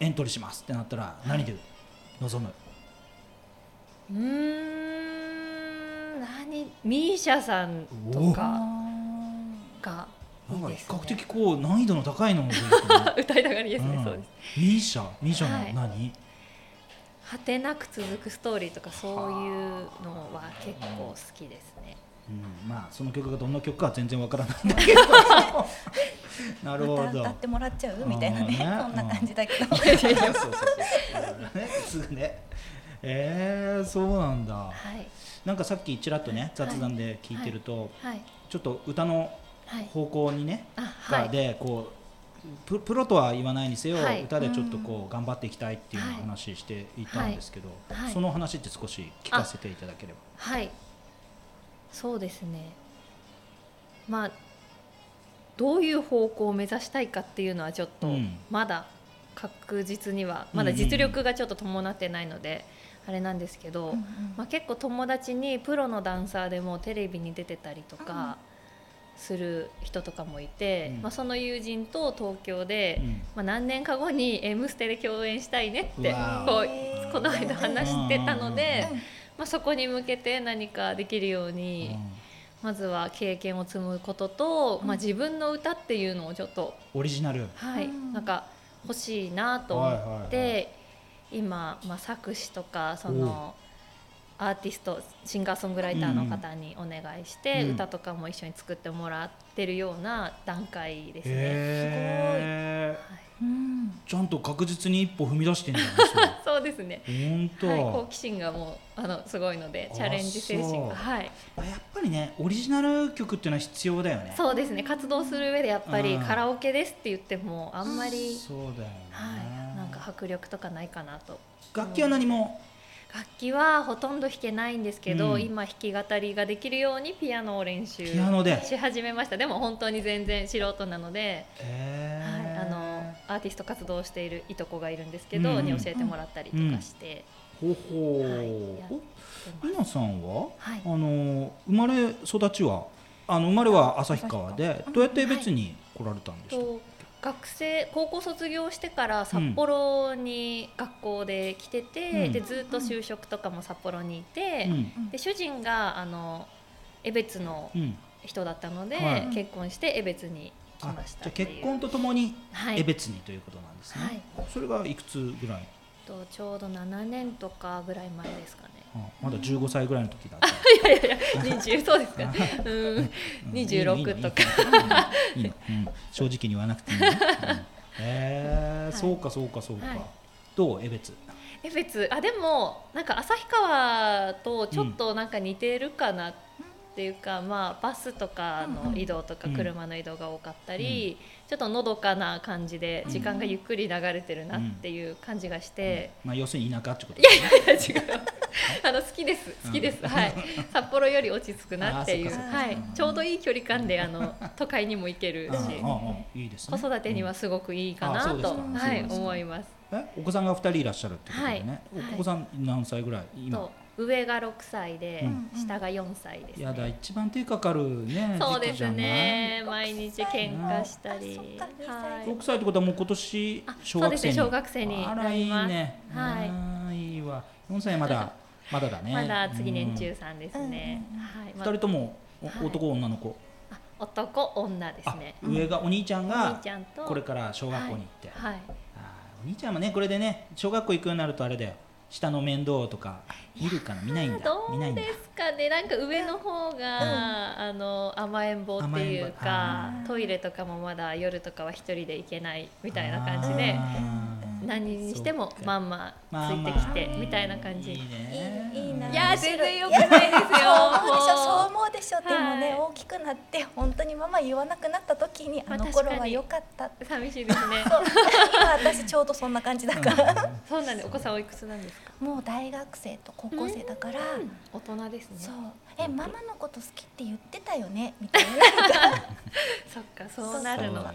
S2: エントリーしますってなったら何で臨む、
S4: うーん何ミーシャさんとか
S3: あ
S4: が
S2: なん
S4: い
S2: か
S4: いで
S2: 比
S4: すね
S2: 較的こう難易度の高いのも出てくるね
S4: 歌いながらにですね、
S2: うん
S4: そうです
S2: ミーシャミーシャの何、
S4: 果てなく続くストーリーとかそういうのは結構好きですね
S2: うん、まあその曲がどんな曲かは全然わからないん
S4: *laughs*
S2: だけどなる
S3: ー
S2: ほ
S3: また
S2: ど
S3: 歌ってもらっちゃうみたいなね
S2: うん
S3: そんな感じだけど
S2: そうそうそう *laughs* そうねすぐねえー、そうなんだ
S4: はい
S2: なんかさっきちらっとね雑談で聞いてると、
S4: はい
S2: ちょっと歌の
S4: はい
S2: 方向にね、
S4: あは
S2: が
S4: い
S2: でこうププロとは言わないにせよ、
S4: はい
S2: 歌でちょっとこう頑張っていきたいっていうのを話していたんですけど、
S4: はいはい
S2: その話って少し聞かせていただければ
S4: はいそうですねまあどういう方向を目指したいかっていうのはちょっと
S2: うん
S4: まだ確実にはまだ実力がちょっと伴ってないのであれなんですけ
S3: う
S4: ど、
S3: んうん
S4: まあ、結構友達にプロのダンサーでもうテレビに出てたりとかする人とかもいて、
S2: うん
S4: まあ、その友人と東京で、
S2: うん
S4: まあ、何年か後に「M ステ」で共演したいねって
S2: うわ
S4: こ
S3: ー
S4: うこの間話してたので
S3: うん、
S4: まあ、そこに向けて何かできるよう
S2: うん
S4: に、まずは経験を積むことと、まあ、自分の歌っていうのをちょっと
S2: オリジナル
S4: はい、
S3: うん
S4: なんか欲しいなと思って、
S2: はいはい
S4: 今、まあ、作詞とかそのアーティストシンガーソングライターの方にお願いして、
S2: うん
S4: 歌とかも一緒に作ってもらってるような段階ですね。
S2: へえ
S4: はい
S3: うん
S2: ちゃんと確実に一歩踏み出してんじゃないです
S4: *laughs*
S2: か
S4: そうですね、
S2: 本当、
S4: はい、好奇心がもうあのすごいので
S2: あ
S4: チャレンジ精神
S2: そう
S4: が、はい、
S2: やっぱりねオリジナル曲っていうのは必要だよね
S4: そうですね活動する上でやっぱり
S2: うん
S4: カラオケですって言ってもあんまり、
S2: そうだよね、
S4: はい、なんか迫力とかないかなと
S2: 楽器は何も
S4: 楽器はほとんど弾けないんですけど、
S2: うん
S4: 今弾き語りができるようにピアノを練習
S2: ピアノで
S4: し始めましたでも本当に全然素人なので、
S2: へ
S4: はい、
S2: え
S4: あのアーティスト活動をしているいとこがいるんですけど、
S2: うんうん
S4: に教えてもらったりとかして、
S2: ほほう、
S4: はいやって
S2: お稲さんは、
S4: はい
S2: あの生まれ育ちはあの生まれは旭川でどうやって別に来られたんでしょ
S4: と学生高校卒業してから札幌に学校で来てて、
S2: うん
S4: でずっと就職とかも札幌にいて
S2: う、ん
S3: うん
S4: で主人があの江別の
S2: うん
S4: 人だったので、
S2: はい
S4: 結婚して江別に来
S2: あ
S4: まし
S2: じゃ
S4: た
S2: あ
S4: っていう
S2: 結婚とともに
S4: はい
S2: 江別にということなんですね、
S4: はい
S2: それがいくつぐらい
S4: とちょうど7年とかぐらい前です
S2: *laughs*
S4: かね。
S2: あまだ15歳ぐらいの時
S4: *laughs*
S2: だった
S4: いやいやいや、20そうですか。うん、26とか。
S2: か。いいのいいのいいのうん正直に言わなくていいの。うんえ
S4: は
S2: ー
S4: い
S2: そうかそうかそうか
S4: はい。
S2: どう江別。
S4: え別あでもなんか旭川とちょっとなんか似てるかなっていうか、まあバスとかの移動とか
S2: うん
S4: 車の移動が多かったり、ちょっとのどかな感じで時間がゆっくり流れてるなっていう感じがして、
S2: まあ要するに田舎ってことだね。
S4: 違うあの好きです好きで
S2: *laughs*
S4: す、
S2: うん
S4: はい札幌より落ち着くなっていう
S2: あそっかそっ
S3: か
S4: はいちょうどいい距離感であ
S2: *laughs*
S4: の都会にも行けるし
S2: あ。ああいいです
S4: 子
S2: ね。
S4: 育てには
S2: うん。
S4: すごくいいか
S2: あ
S4: な
S2: そうです
S4: と、
S2: か
S4: はい
S2: そうですか
S4: 思います。
S2: えお子さんが二人いらっしゃるってことでね。
S4: はいはい
S2: お子さん何歳ぐらい今
S4: と。上が6歳で、
S2: うん
S4: 下が4歳です、
S2: い
S4: ね。
S2: やだ一番手かかるね
S4: そう
S2: 時
S4: で
S2: 期じゃ
S4: す
S2: ない。
S4: ね。毎日喧嘩したり
S3: あそっ、か
S4: は
S3: 二
S4: い
S2: 六。歳ってことはもう今年
S4: あ
S2: 小
S4: そう
S2: 学
S4: です
S2: 生
S4: ね
S2: に。
S4: 小学生に
S2: あ
S4: な
S2: らい
S4: り
S2: い
S4: ます。
S2: ね。
S4: はい
S2: い。いいわ。四歳ま
S4: *laughs*
S2: だまだだね。
S4: まだ次年
S2: うん
S4: 中。さんですね
S3: うん。
S4: はい。
S2: 二
S4: ま
S2: 人ともお
S4: はい
S2: 男女の子。
S4: あ男女です
S2: あ
S4: ね。
S2: 上がお兄ちゃん
S4: お兄
S2: が
S4: ちゃんと
S2: これから小学校に行って、
S4: はい。
S2: あーお兄ちゃんもねこれでね小学校行くようになるとあれだよ下の面倒とか見るかな見ないんだ見ない
S4: どうん
S2: だ
S4: ですかね。なんか上の方があの甘えん坊っていう
S2: 甘え
S4: か
S2: ん
S3: 坊、
S4: トイレとかもまだ夜とかは一人で行けないみたいな感じで。
S2: あー
S4: 何にしてもまんまついてきてみたいな感じ。
S2: いいね
S3: いいいいない
S4: や全然良くないです
S3: そう
S4: よ。
S3: 思うでしょそう思うでしょ、でもね
S4: はい
S3: 大きくなって本当にママ言わなくなった時にあの頃は良かったって
S4: 寂しいですね。
S3: そう *laughs* 今私ちょうどそんな感じだから、
S4: そうなんです。お子さんおいくつなんですか。
S3: もう大学生と高校生だから、
S4: 大人ですね。
S3: そ
S4: そう
S3: えママのこと好きって言ってたよねみたいな
S4: っかそう *laughs* なるのが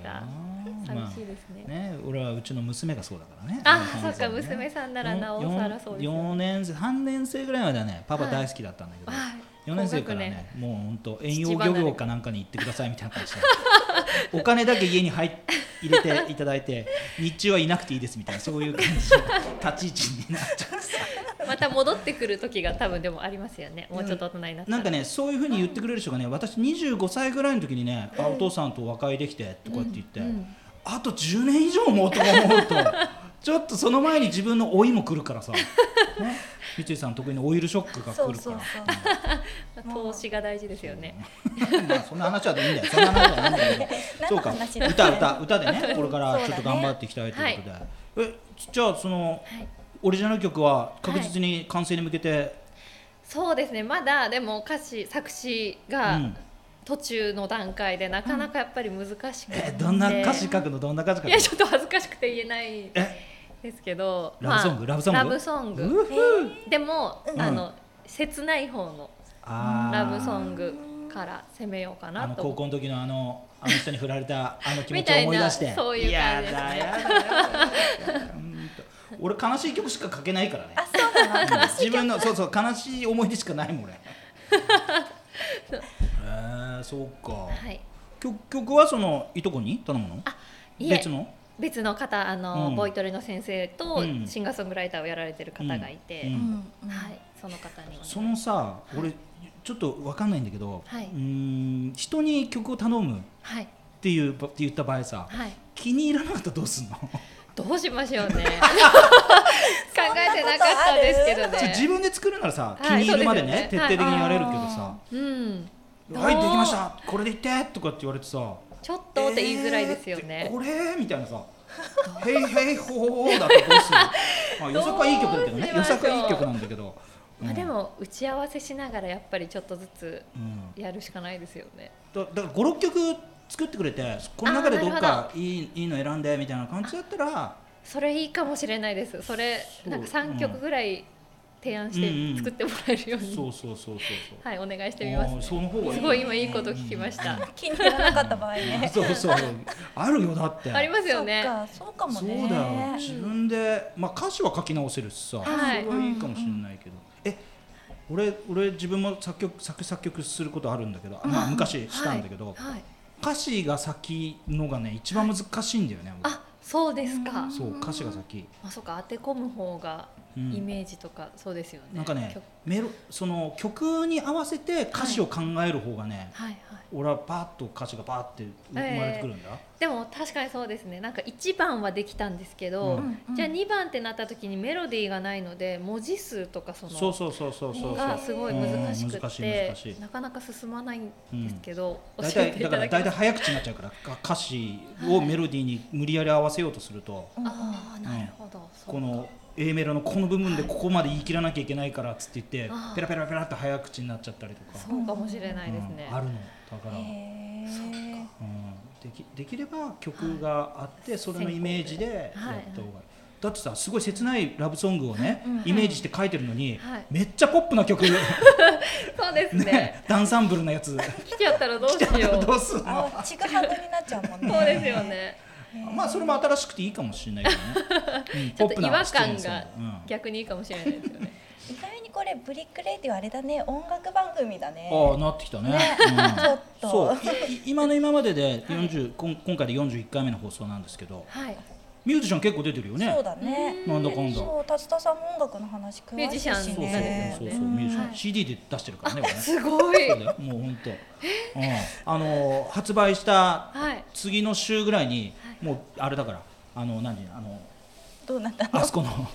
S4: 寂しいですね。
S2: ね、俺はうちの娘がそうだからね。
S4: あ
S2: うん
S4: そっか娘さんならなおさらそうですよね
S2: 4年生3年生ぐらいまではねパパ大好きだったんだけど、
S4: はい
S2: 4年生からねもう本当遠洋漁業かなんかに行ってくださいみたいな感じでお金だけ家に入っ入れていただいて日中はいなくていいですみたいなそういう感じの立ち位置になっちゃう
S4: また戻ってくる時が多分でもありますよね。もうちょっと大人になったら。
S2: なんかねそういうふうに言ってくれる人がね私25歳ぐらいの時にね、あお父さんと和解できてとかって言って、
S4: うんうん
S2: あと10年以上もとか思うとちょっとその前に自分の老いも来るからさ、ね、三井さん特にオイルショックが来
S3: そう
S2: る
S3: そ
S2: か
S3: う
S2: ら。
S3: そう
S4: 投資が大事ですよね。
S2: *laughs* まあそんな話はでいいんだよ。そんな話はいいんだけど。
S3: 何
S2: そ
S3: の
S2: うか。
S3: 話だっけ
S2: 歌歌歌でね、これからちょっ
S3: そ
S2: と
S3: うだ
S2: 頑
S3: ね
S2: 張っていきたいということで。え、じゃあそのオリジナル曲は確実に完成に向けて、
S4: そうですね。まだでも歌詞作詞
S2: う
S4: が
S2: ん
S4: 途中の段階でなかなかやっぱり難しくて。
S2: えどんな歌詞書くのどんな歌詞書
S4: い
S2: く
S4: や
S2: の？
S4: ちょっと恥ずかしくて言えない
S2: え
S4: ですけど。
S2: ラブソング
S4: まあ
S2: ラブソング
S4: ラブソング。
S2: うふ
S3: え
S4: でも、
S3: うん
S4: あの切ない方の
S2: あー
S4: ラブソングから攻めようか
S2: あ
S4: な
S2: の
S4: と
S2: 高
S4: 思
S2: 校の時のあのあの人に振られた
S4: *laughs*
S2: あの気持
S4: み
S2: ちを
S4: たいな
S2: 思い出して
S4: そういう感じですね
S2: やだやだやだ *laughs* やだうんと俺悲しい曲しか書けないからね
S3: あそうなの
S2: 自分のそうそう悲しい思い出しかないもん
S4: *laughs*
S2: 俺へえそうか、
S4: うはい
S2: 曲曲はそのいとこに頼むの
S4: あいえ
S2: 別の
S4: 別の方あの、
S2: うん
S4: ボイトレの先生と
S2: うん
S4: シンガーソングライターをやられてる方がいて、
S2: うん
S3: うんうん
S4: はい、その方にお願い
S2: そのさ俺ちょっと分かんないんだけど、
S4: はいう
S2: ーん人に曲を頼むっ
S4: はい
S2: ていうばって言った場合さ
S4: はい
S2: 気に入らなかったらどうすんの、
S4: *laughs* どうしましょ
S2: *laughs*
S4: うね考えてなかったですけど
S2: じゃあ自
S4: ね
S2: 分で作るならさ
S4: は
S2: 気
S4: い
S2: に入るまでね,、
S4: そうですよね
S2: 徹底的にやれるけどさ
S3: は
S4: うん
S2: 「
S4: い
S2: はい、
S4: どう
S2: できましたこれでいって」とかって言われてさ
S4: ちょっとって言いづらいですよね
S2: えー、これみたいなさ「ヘイヘイホーホー」だとどう
S4: *laughs*
S2: するまあよさこはいい曲だけどね
S4: ど
S2: よ
S4: うしましょ
S2: さ
S4: う
S2: こはいい曲なんだけど、うん
S4: まあ、で、も打ち合わせしながらやっぱりちょっとずつ
S2: うん、
S4: やるしかないですよね
S2: だだから56曲作ってくれてこの中で
S4: あー
S2: どっ
S4: なる
S2: かいいいいの選んでみたいな感じだったら
S4: それいいかもしれないですそれ
S2: そう
S4: なんか3曲ぐらい提案し
S2: うんうん
S4: て作ってもらえるように、
S2: そうそうそうそうそう
S4: はいお願いしてみ
S2: あ
S4: ます、
S2: ーその方がいい
S4: すごい今いいこと聞きました、
S3: 気に入らなかった場合
S2: *laughs*
S3: ね
S2: そうそうあるよだって
S4: ありますよね
S3: そっかそうかも
S2: そう
S3: ね
S2: だよ自分で、まあ、歌詞は書き直せるしさ、
S4: はい
S2: それはいいかもしれないけど、え俺俺自分も作曲作作曲することあるんだけど、まあ、昔したんだけど、
S4: はいはい
S2: 歌詞が先のがね一番難しいんだよね、
S4: あそうですか、
S2: 俺そう歌詞が先
S4: あそうか当て込む方が
S2: うん
S4: イメージとかそうですよね、
S2: なんかね
S4: 曲
S2: メロその曲に合わせて歌詞を考える方がね、
S4: はいはい
S2: 俺はパッと歌詞がパーって生まれてくるんだ、
S4: でも確かにそうですねなんか1番はできたんですけど、
S2: うん
S4: じゃあ2番ってなった時にメロディーがないので文字数とかその
S2: そうそうそうそうそうそう
S4: がすごい難しく
S2: うん難しい
S4: て
S2: 難しい
S4: なかなか進まないんですけど、
S2: 大
S4: 教え
S2: 体
S4: てい
S2: だか
S4: ただ
S2: ら
S4: けま
S2: 大
S4: す
S2: 体早口になっちゃうからか歌詞をメロディーに無理やり合わせようとすると、
S3: うん
S4: ああなるほど、そう
S2: この A メロのここの部分でここまで言い切らなきゃいけないからっつって言って
S4: あー
S2: ペラペラペラって早口になっちゃったりとか
S4: そうかもしれないですね、
S2: うんあるのだから、う
S3: へ
S2: ん、
S3: え
S2: できできれば曲があってそれのイメージでやった方
S4: は
S2: が
S4: い
S2: いい、だってさすごい切ないラブソングをね、
S3: うん
S2: イメージして書いてるのに、
S4: はい
S2: めっちゃポップな曲ね
S4: そうです *laughs* ね
S2: *laughs* ダンサンブルのやつ
S4: 来ちゃったらど
S2: *laughs*
S4: うしよ
S2: ど
S4: う
S2: うすんの
S3: あ、ちぐはぐになっちゃうもんね。
S4: そうですよね
S2: まあそれも新しくていいかもしれないけどね、うん、
S4: *laughs* ちょっと違
S2: ポップな
S4: 和感
S2: シチュエー
S4: が
S2: ションうん
S4: 逆にいいかもしれないですよね
S3: 意外にこれブリックレディはあれだね、音楽番組だね。
S2: ああなってきたね。
S3: ちょっ
S2: う
S4: *laughs*
S3: と。
S2: ん、そういい今の今までで40、こん今回で41回目の放送なんですけど
S4: はい
S2: ミュージシャン結構出てるよね
S3: そうだね。
S2: なんだかんだ
S3: そう、達田さんも音楽の話詳しいしね。
S4: ミュージシャン
S2: そうそう
S4: なんです
S2: そう
S4: よね
S2: そうミュージシャン、
S4: はい
S2: CD で出してるからねこれね
S4: すごい
S2: そうだよもう本当、うん、あの発売した
S4: はい
S2: 次の週ぐらいに、
S4: はい
S2: もうあれだからあの何あの
S3: どうなんだ *laughs* ろ
S2: あそこの
S4: *laughs*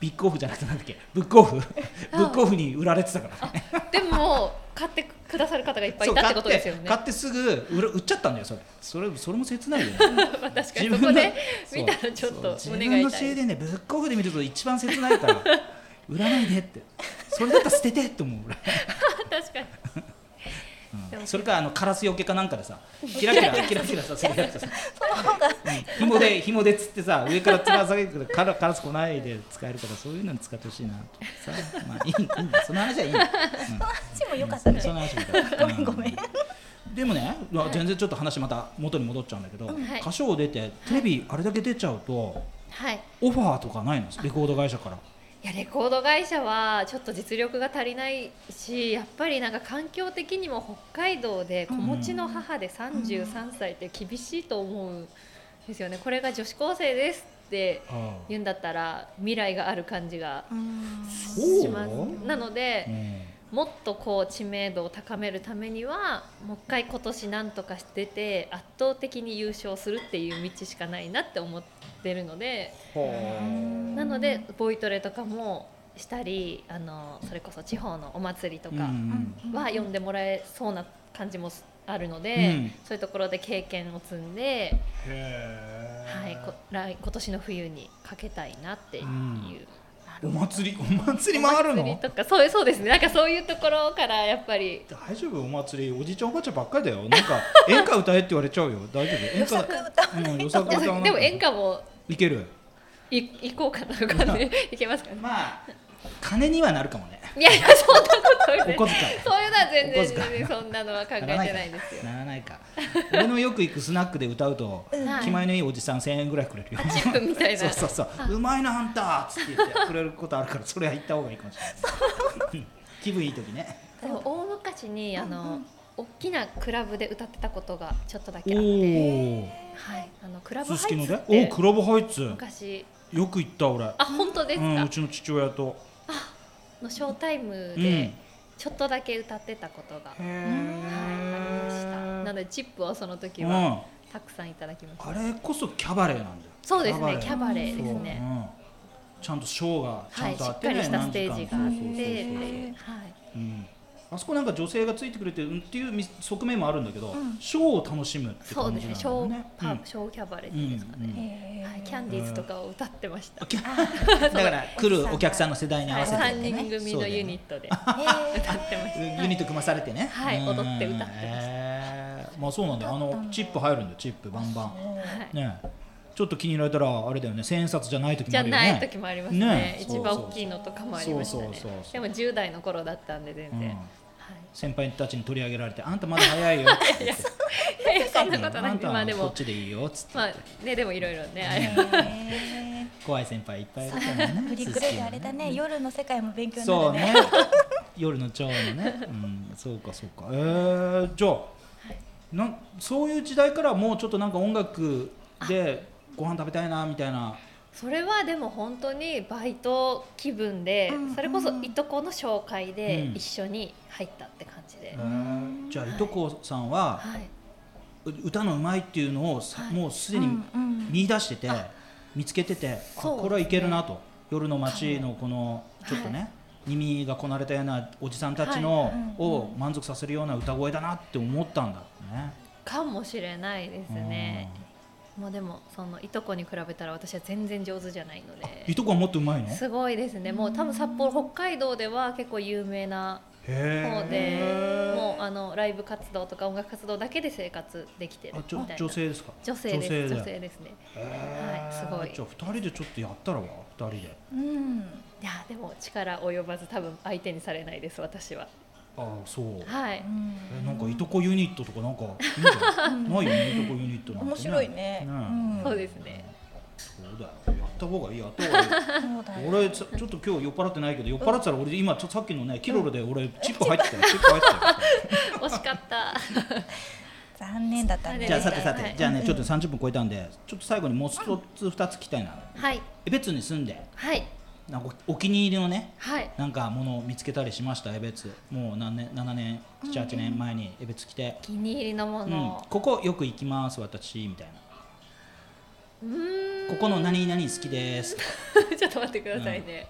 S2: ビッグオフじゃなくてなんだっけブックオフブックオフに売られてたからね
S4: でも買ってくださる方がいっぱい
S2: そ
S4: いうた
S2: 買
S4: って
S2: っ
S4: ことです
S2: て
S4: よね
S2: 買ってすぐ売る売っちゃったんだよそれそれそれも切ないよね
S4: まあ *laughs* 確か
S2: 自
S4: に
S2: 分
S4: そ
S2: の
S4: こで
S2: そう
S4: 見たらちょっと
S2: そう自
S4: 胸が
S2: 分の
S4: 痛
S2: せい
S4: い
S2: でねブックオフで見ると一番切ないから *laughs* 売らないでってそれだったら捨ててって思う *laughs* 俺
S4: 確かにでも
S2: それかあのカラスよけかなんかでさキラキラキラキラさせるや
S4: *laughs*
S2: つさ
S3: その方が
S2: 紐で紐でつってさ上からつら下げてくるからカラス来ないで使えるからそういうのに使ってほしいなとさまあいいいいんだその話はいいんだ、うん
S3: 話も良かったね
S2: その話もだ
S3: ごめんごめん
S2: うんでもね、うわ全然ちょっと話また元に戻っちゃうんだけど、
S4: はい
S2: 歌唱出てテレビあれだけ出ちゃうと
S4: はい
S2: オファーとかないのレコード会社から
S4: いやレコード会社はちょっと実力が足りないしやっぱりなんか環境的にも北海道で子持ちの母で33歳って厳しいと思うんですよねこれが女子高生ですって
S2: ああ
S4: 言うんだったら未来がある感じが
S3: うん
S2: そう
S4: しますなの
S2: う
S4: で
S2: ん
S4: もっとこう知名度を高めるためにはもう一回今年なんとかしてて圧倒的に優勝するっていう道しかないなって思ってるのでなのでボイトレとかもしたりあのそれこそ地方のお祭りと
S2: うんう
S4: か
S2: ん
S4: は呼んでもらえそうな感じもあるので、
S2: うん
S4: そういうところで経験を積んで、
S2: へー
S4: はい、こ来今年の冬にかけたいなっていう。
S2: うんお祭りお祭りもある
S4: お祭り
S2: の
S4: とかそういうそうですねなんかそういうところからやっぱり
S2: 大丈夫お祭りおじいちゃんおばあちゃんばっかりだよなんか演歌歌えって言われちゃうよ大丈夫演
S3: 良
S2: 歌
S3: 作歌わない
S2: うん
S3: と
S2: 良さ
S4: で
S2: 歌わな
S4: も
S2: い
S4: でも演歌も
S2: いける
S4: い行こうかなとかね行けますかね
S2: まあ金にはなるかもね
S4: いやいやそんなこと
S2: お
S4: ない
S2: 小遣い
S4: そういうのは全
S2: お小遣い
S4: 然、そんなのは考えて
S2: ならか
S4: ないですよ
S2: ならないか俺のよく行くスナックで歌うと
S3: うん
S4: はい
S2: 気前のいいおじさん1000円ぐらいくれるよ
S4: チップみたいな
S2: そうそうそううまいなあんたっつって言ってくれることあるからそれは行った方がいいかもしれない *laughs* 気分いい時ね
S4: でも大昔にあの、大きなクラブで歌ってたことがちょっとだけあって、
S2: お
S4: はい、あのクラブハ
S2: お
S4: イ
S2: すすきの
S4: ツ
S2: で
S4: っ
S2: お
S4: て
S2: クラブハイツ
S4: 昔
S2: よく行った俺
S4: あ本当で
S2: う
S4: すか、
S2: んうちの父親と
S4: のショータイム
S2: うん
S4: で
S2: へ
S4: ちょっとだけ歌ってたことが、はい、ありましたなの
S2: え
S4: でチップをその時
S2: うん
S4: は
S2: あ
S4: たくさんいただきました、
S2: れこそキャバレーなんだよ
S4: そうですねキャバレー
S2: そ
S4: で
S2: う
S4: す
S2: う
S4: ね
S2: んちゃんとショーがちゃ
S4: は
S2: ん
S4: い、し
S2: とあっ
S4: ってかり
S2: ね
S4: したステージがあ
S2: 何
S4: って
S2: 時間
S4: って
S2: そうそうそうそう
S4: いうはい
S2: うんあそこなんか女性がついてくれてるっていうみ側面もあるんだけど、
S3: うん
S2: ショーを楽しむって
S4: そう
S2: 感
S4: で
S2: じなん
S4: すねシ
S2: だよ
S4: ョー
S2: ね。
S4: パショーキャバレーっていうんですか
S2: うんうん
S4: ね、
S3: へー
S4: はい、キャンディーズとかを歌ってました、
S2: *laughs* だから来るお客さんの世代に合
S4: は
S2: わ
S4: い、
S2: せて、ね
S4: 3人組のユニットで歌
S3: へー
S4: ってました
S2: そうだよねユニット組まされてね、
S4: はい
S2: うん
S4: 踊って歌ってました
S2: えーまあそうなんだよあ
S3: だった
S2: の
S3: んだ
S2: チップ入るんだよチップバンバン
S4: はい
S2: ねちょっと気に入られたらあれだよね千円札じゃない時
S4: じ
S2: もあ
S4: ゃ
S2: るよね
S4: ない時もありますね
S2: ね
S4: 一番大きいのとかもありました
S2: そう
S4: ね
S2: そうそうそう
S4: でも10代の頃だったんで全然、
S2: うん
S4: はい
S2: 先輩たちに取り上げられてあんたまだ早いよって言って
S4: *laughs* いやいや *laughs* そんなこと
S2: うん
S4: な
S2: あ
S4: い
S2: ん
S4: で
S2: た
S4: まあ
S2: は
S4: で
S2: こっ
S4: も
S2: ちでいいよっつって、
S4: まあねでもいろいろねあれ
S3: へー
S2: 怖い先輩いっぱいいるからね
S3: *laughs* プリクレであれだね夜の世界も勉強にな
S2: そう
S3: るね
S2: ね。夜の蝶のね。うん、そうかそうか。えー、じゃあ、なんそういう時代からもうちょっとなんか音楽でご飯食べたいなみたいな。
S4: それはでも本当にバイト気分で、
S3: うん
S4: それこそいとこの紹介で
S2: うん
S4: 一緒に入ったって感じで、
S2: えーじゃあいとこさんは、
S4: はいう
S2: 歌のうまいっていうのをさ、
S4: はい
S2: もうす
S3: う
S2: で
S3: ん
S2: に
S3: うん
S2: 見出してて、見つけてて、あ
S4: そうですね
S2: これはいけるなと。夜の街のこのちょっとね。耳がこなれたようなおじさんたちの、
S4: はい
S3: うんうん
S2: を満足させるような歌声だなって思ったんだね。
S4: かもしれないですね、もうでもそのいとこに比べたら私は全然上手じゃないの
S2: うんい
S4: で
S2: とこはもっとうまいの？
S4: すごいですねもう多分札幌北海道では結構有名な方で
S2: へー
S4: もうあのライブ活動とか音楽活動だけで生活できてる
S2: あ
S4: み
S2: ち
S4: た
S2: ょ
S4: いな
S2: 女性ですか
S4: 女性です
S2: だ
S4: 女性ですね
S2: へー
S4: はいすごい
S2: じゃあ二人でちょっとやったらわ二人で
S3: うん
S4: いやでも力及ばず多分相手にされないです私は
S2: ああそう
S4: はい
S2: えなんかいとこユニットとかなんかいいんじゃない
S3: *laughs*
S2: ないよねいとこユニットなんて、ね、
S3: 面白いねうん
S4: そうですね
S2: そうだよやった方がいいやった方がいい
S3: そうだよ
S2: 俺ちょちょっと今日酔っ払ってないけど酔っ払ってたら俺今ちょさっきのねキロロで俺チップ入ってたよチップ入って
S3: *laughs*
S2: た
S4: 惜し
S2: *laughs*
S4: かった
S3: 残念だった
S4: 残
S3: ね
S2: よ
S4: 念
S2: じゃあ
S4: でし
S2: さ
S4: た
S2: てさて、
S4: はい
S2: じゃあねちょっと30分超えたんでちょっと最後にもう一つ二つ聞きたいな
S4: はい
S2: 江別に住んで
S4: はい
S2: なんかおお気に入りのね
S4: はい
S2: なんか物を見つけたりしました江別もう何年7年78年前に江別来て、
S4: お気に入りのも
S2: うん
S4: の
S2: ここよく行きます私みたいな
S4: うーん
S2: ここの何々好きです
S4: *laughs* ちょっと待ってくださいね、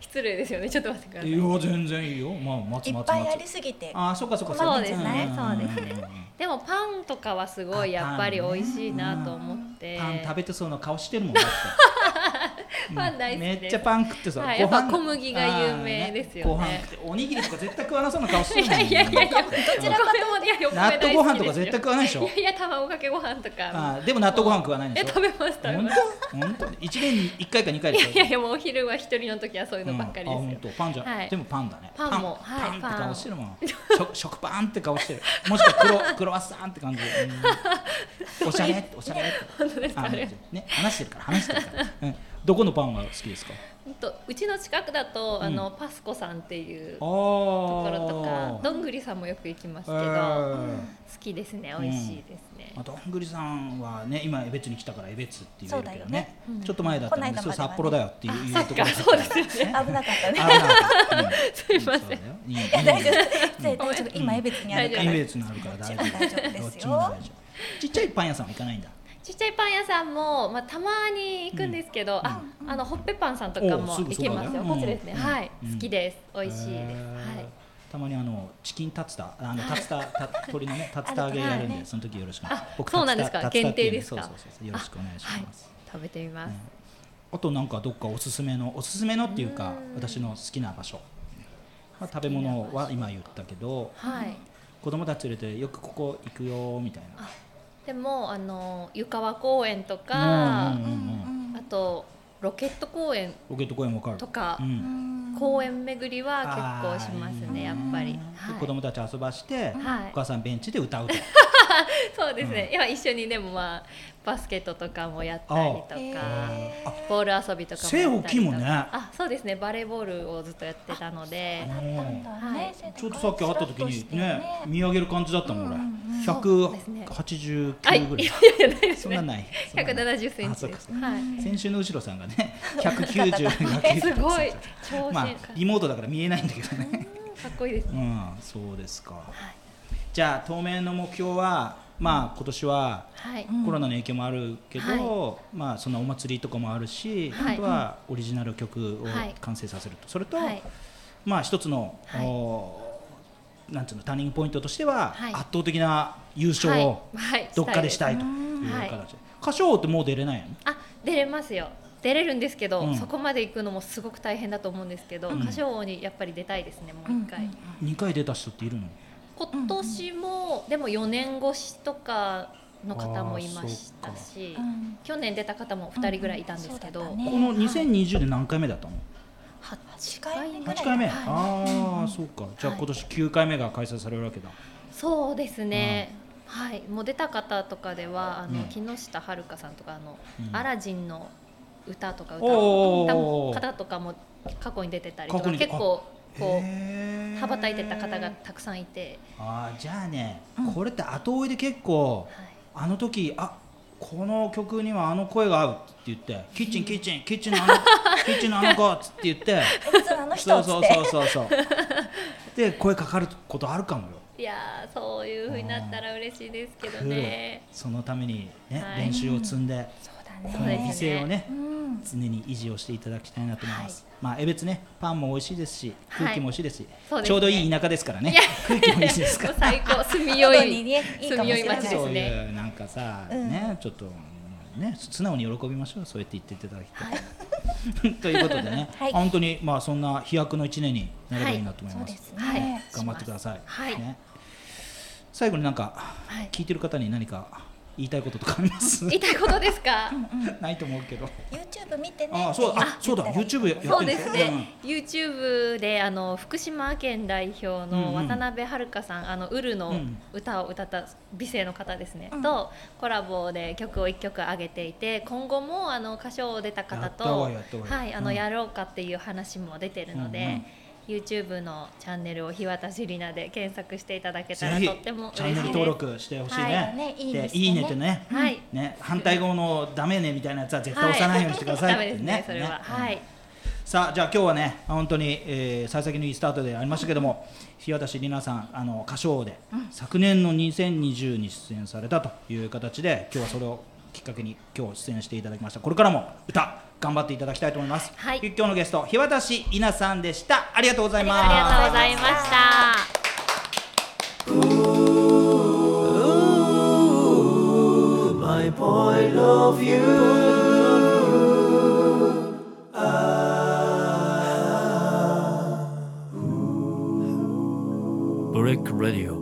S4: 失礼ですよねちょっと待ってくださ
S2: い
S4: い
S2: や全然いいよまあ待
S3: い
S2: つ
S3: っ
S2: 待つ
S3: ぱいあ
S2: 待
S3: り
S2: つ
S3: すぎて
S2: ああそっかそっかっか
S4: そうですね
S2: ん
S4: そうです
S2: んん
S4: でもパンとかはすごいやっぱり美味しいなと思って
S2: パン食べてそうな顔してるもんだって
S4: パ *laughs* ン大好きです
S2: めっちゃパン食ってさ、
S4: はい
S2: ご飯
S4: やっぱ小麦が有名ですよね
S2: あーご飯食っておにぎりとか絶対食わなそうな顔してる
S4: い
S2: もん
S4: や *laughs* いやいやいやど
S2: ちら
S4: かともいやいやお米
S2: 納豆
S4: 大
S2: ご
S4: 好
S2: 飯とか
S4: きですよ
S2: 絶対食わないでしょ
S4: いやいや卵かけご飯とか
S2: あーでも納豆ご飯食わないんで
S4: え
S2: しょ
S4: 食べます食べ
S2: 本
S4: ます
S2: 当本当一年に一回か二回でしょ
S4: いやいやもうお昼は一人の時はそういう
S2: う
S4: の
S2: ん
S4: ばっかりですよ、
S2: あ本当パンじゃ、
S4: はい
S2: でもパンだね
S4: パンもはい
S2: パンって
S4: パン
S2: 顔してるも
S4: *laughs*
S2: ん食食パンって顔してるもしくは黒クロワッサンって感じで、うんおしゃれっておしゃれって
S4: 本当ですか
S2: あ
S4: あれ
S2: ね話してるから話してるから、うん、どこのパンが好きですか
S4: うん *laughs* とうちの近くだと、
S2: ん
S4: あのパスコさんっていう
S2: あ
S4: ところとかどんぐりさんもよく行きますけど、好きですね美味しいですね、
S2: まあ、どんぐりさんはね今江別に来たから江別って言えるけどね
S3: そうだよね
S4: うん
S2: ちょっと前だったら、ね、
S3: この間ま
S2: そ
S3: で
S2: れ
S3: はね
S2: 札幌だよっていういう
S4: そっ
S2: ところ
S4: か
S2: だ
S4: そう
S2: っ
S4: ですよね
S3: 危なかった
S2: た
S3: ね
S2: からね
S4: すいません
S2: いい
S3: *laughs* いや大丈夫大
S4: ごめん
S3: 丈夫今江別にあるか
S2: エ
S4: 大丈
S3: ら
S4: 夫
S2: ベツのあるから大丈夫
S3: 大丈夫ですよ
S2: どっちも大丈夫ちっちゃいパン屋さんは行かないんだ
S4: ちっちゃいパン屋さんも、まあ、たまに行くんですけど、ああのほっぺパンさんとか
S2: お
S4: も
S2: す
S4: 行
S2: ぐそ
S4: き
S2: ばだよ
S4: ます
S2: う
S4: よ
S2: ん
S4: こっちですね、
S2: うん
S4: はい、
S2: うん
S4: 好きです美味しいです、
S2: へー
S4: はい
S2: たまにあのチキンタツタあのタツタた鳥のねタツタ揚げやるんでその時よろしくお願い
S4: あそうなんですか
S2: タツタっていう
S4: 限定ですか
S2: そうそうそうよろしくお願いし
S4: はい
S2: ます
S4: 食べてみます、
S2: あとなんかどっかおすすめのおすすめのっていうか
S4: うん
S2: 私の好きな場所まあ食べ物は今言ったけど
S4: はい
S2: 子供たち連れてよくここ行くよみたいな
S4: あでもあの湯川公園と
S2: う
S4: か
S2: ん、
S3: うん
S4: あとロケット公園
S2: ロケット公園わかる
S4: とか
S2: う、ん
S3: うん
S4: 公園巡りは結構します
S2: あーいい
S4: ねやっぱり
S2: で、
S4: はい、
S2: 子供たち遊ばして、
S4: はい
S2: お母さんベンチで
S4: *laughs*
S2: 歌うと
S4: そうですね、今一緒にでもまあバスケットとかもやったりと
S3: あ
S4: か
S3: へー
S2: あ
S4: ボール遊びとかも
S2: 背
S4: や
S2: 大
S4: ったりとか
S2: きいもんね
S4: あそうですねバレーボールをずっとやってたので
S3: だったんだ
S4: は
S3: ね
S4: い
S2: ちょっとさっき会った時にね見上げる感じだったもん俺、
S3: うんうんうん
S4: そうですねあ
S2: 189
S4: いや
S2: ぐ
S4: い
S2: らい、
S4: やいやないです
S2: そんな
S4: ね *laughs*
S2: ないそんなない
S4: 170センチで
S2: あ
S4: す
S2: そっ
S4: はい
S2: 先週の後ろさんが
S4: *laughs*
S2: ね190が
S4: えすごい超
S2: まあ
S4: 新か
S2: リモートだから見えないんだけどね
S4: っこいいです
S2: う
S4: ね
S2: んそうですか、じゃあ当面の目標はまあ今年は
S4: はい
S3: うん
S2: コロナの影響もあるけど、まあそのお祭りとかもあるし、
S4: はい
S2: あとはオリジナル曲を
S4: はい
S2: 完成させると、それと、
S4: はい
S2: まあ一つの、
S4: はい
S2: おーなんつうのターニングポイントとしては、
S4: はい
S2: 圧倒的な優勝を
S4: はいはい
S2: どっかでしたいというう形
S4: ん
S2: で、歌唱王ってもう出れないの
S4: あ出れますよ出れるんですけど、
S2: うん
S4: そこまで行くのもすごく大変だと思うんですけど、
S2: うん
S4: 歌唱王にやっぱり出たいですねもう一回、
S3: うんうん
S2: 2回出た人っているの
S4: 今年も、でも4年越しとかの方もいましたし、
S3: うん
S4: 去年出た方も2人ぐらいいたんですけど、
S3: うんうんそうだったね
S2: この2020で何回目だったの
S4: 8
S3: 8回目ぐらい
S2: 8回目、
S4: はい
S2: ああそうかじゃあ
S4: はい
S2: 今年9回目が開催されるわけだ、
S4: そうですね、はいもう出た方とかではあ
S2: う
S4: の、
S2: ん
S4: 木下遥さんとかあの、
S2: うん
S4: アラジンの歌とか歌
S2: おー
S4: う方とかも過去に出てたりと
S2: 過去
S4: か
S2: に
S4: 結構こう
S2: へー
S4: 羽ばたいてた方がたくさんいて、
S2: あーじゃあね、
S3: うん
S2: これって後追いで結構
S4: はい
S2: あの時あこの曲にはあの声が合うって言ってキッチンキッチンキッチンの
S4: *laughs*
S2: あのキッチンのあの子っつって言って
S3: 普通あの人
S2: そ
S3: っ
S2: う
S3: つ
S2: そ
S3: っ
S2: う
S3: て
S2: そうそうそう *laughs* で声かかることあるかもよ
S4: いやーそういう風になったら嬉しいですけどね。
S2: そのためにね、
S4: はい
S2: 練習を積んで
S3: そう
S2: こ
S3: だ
S2: の
S4: そうですね
S2: 美声をね
S3: うん
S2: 常に維持をしていただきたいなと思います、まあ江別ねパンも美味しいですし
S4: はい
S2: 空気も美味しいですし、
S4: そうですね
S2: ちょうどいい田舎ですからね空気もいいです
S4: *laughs*
S2: から
S4: もう
S3: *laughs*
S4: 最高住みよ
S3: 喉に
S4: い
S3: ねいいかもしれない
S4: 住みよい街です
S2: そう
S4: ね
S2: いうなんかさ、
S3: うん
S2: ねちょっとね素直に喜びましょうそうやって言って *laughs* いただきたいということでね、
S3: はい
S2: 本当にまあそんな飛躍の一年になればいいなと思い
S3: そう
S2: ま、
S3: ですす
S4: はい
S3: ね
S2: 頑張ってください、
S4: はい
S2: ね、最後になんか、
S4: はい
S2: 聞いてる方に何か言いたいこととかあります
S4: 言いたいことですか
S2: *laughs* ないと思うけど
S3: YouTube 見てね
S2: ああそうだあそうだ YouTube やってる
S4: そうです
S2: う
S4: ね
S2: ん、
S4: YouTube であの福島県代表
S2: う
S4: の
S2: んうん
S4: 渡辺遥さん、あのウル
S2: う
S4: の
S2: ん
S4: 歌を歌った美声の方ですね、
S3: うん
S4: とコラボで曲を一曲上げていて今後もあの歌唱を出た
S2: や
S4: 方
S2: ったほうが
S4: と
S2: いいやったほうがいい
S4: はいあの
S2: うん
S4: やろうかっていう話も出てるの
S2: うんう
S4: で
S2: ん、
S4: YouTube のチャンネルを日渡しりなで検索していただけ
S2: ぜ
S4: たら
S2: ひ
S4: とっても
S2: チャン
S4: 嬉
S2: ネル
S4: しい
S2: 登
S4: です。
S2: 録してほしいね,、
S3: はいねいいね
S2: でいいねってね、
S4: はい
S2: ね反対語のダメねみたいなやつは絶対押さないようにしてください
S4: ダメ
S2: っ
S4: で
S2: て
S4: す
S2: ね,、
S4: ね、それは。はい。
S2: さあじゃあ今日はね本当に、えー、幸先のいいスタートでありましたけども日渡りなさんあの歌唱王で、昨年の2020に出演されたという形で今日はそれをきっかけに今日出演していただきましたこれからも歌頑張っていただきたいと思います、
S4: はい
S2: 今日のゲスト日渡し稲さんでしたありがとうございます
S4: ありがとうございました。
S1: my point of view. Ah. Brick Radio.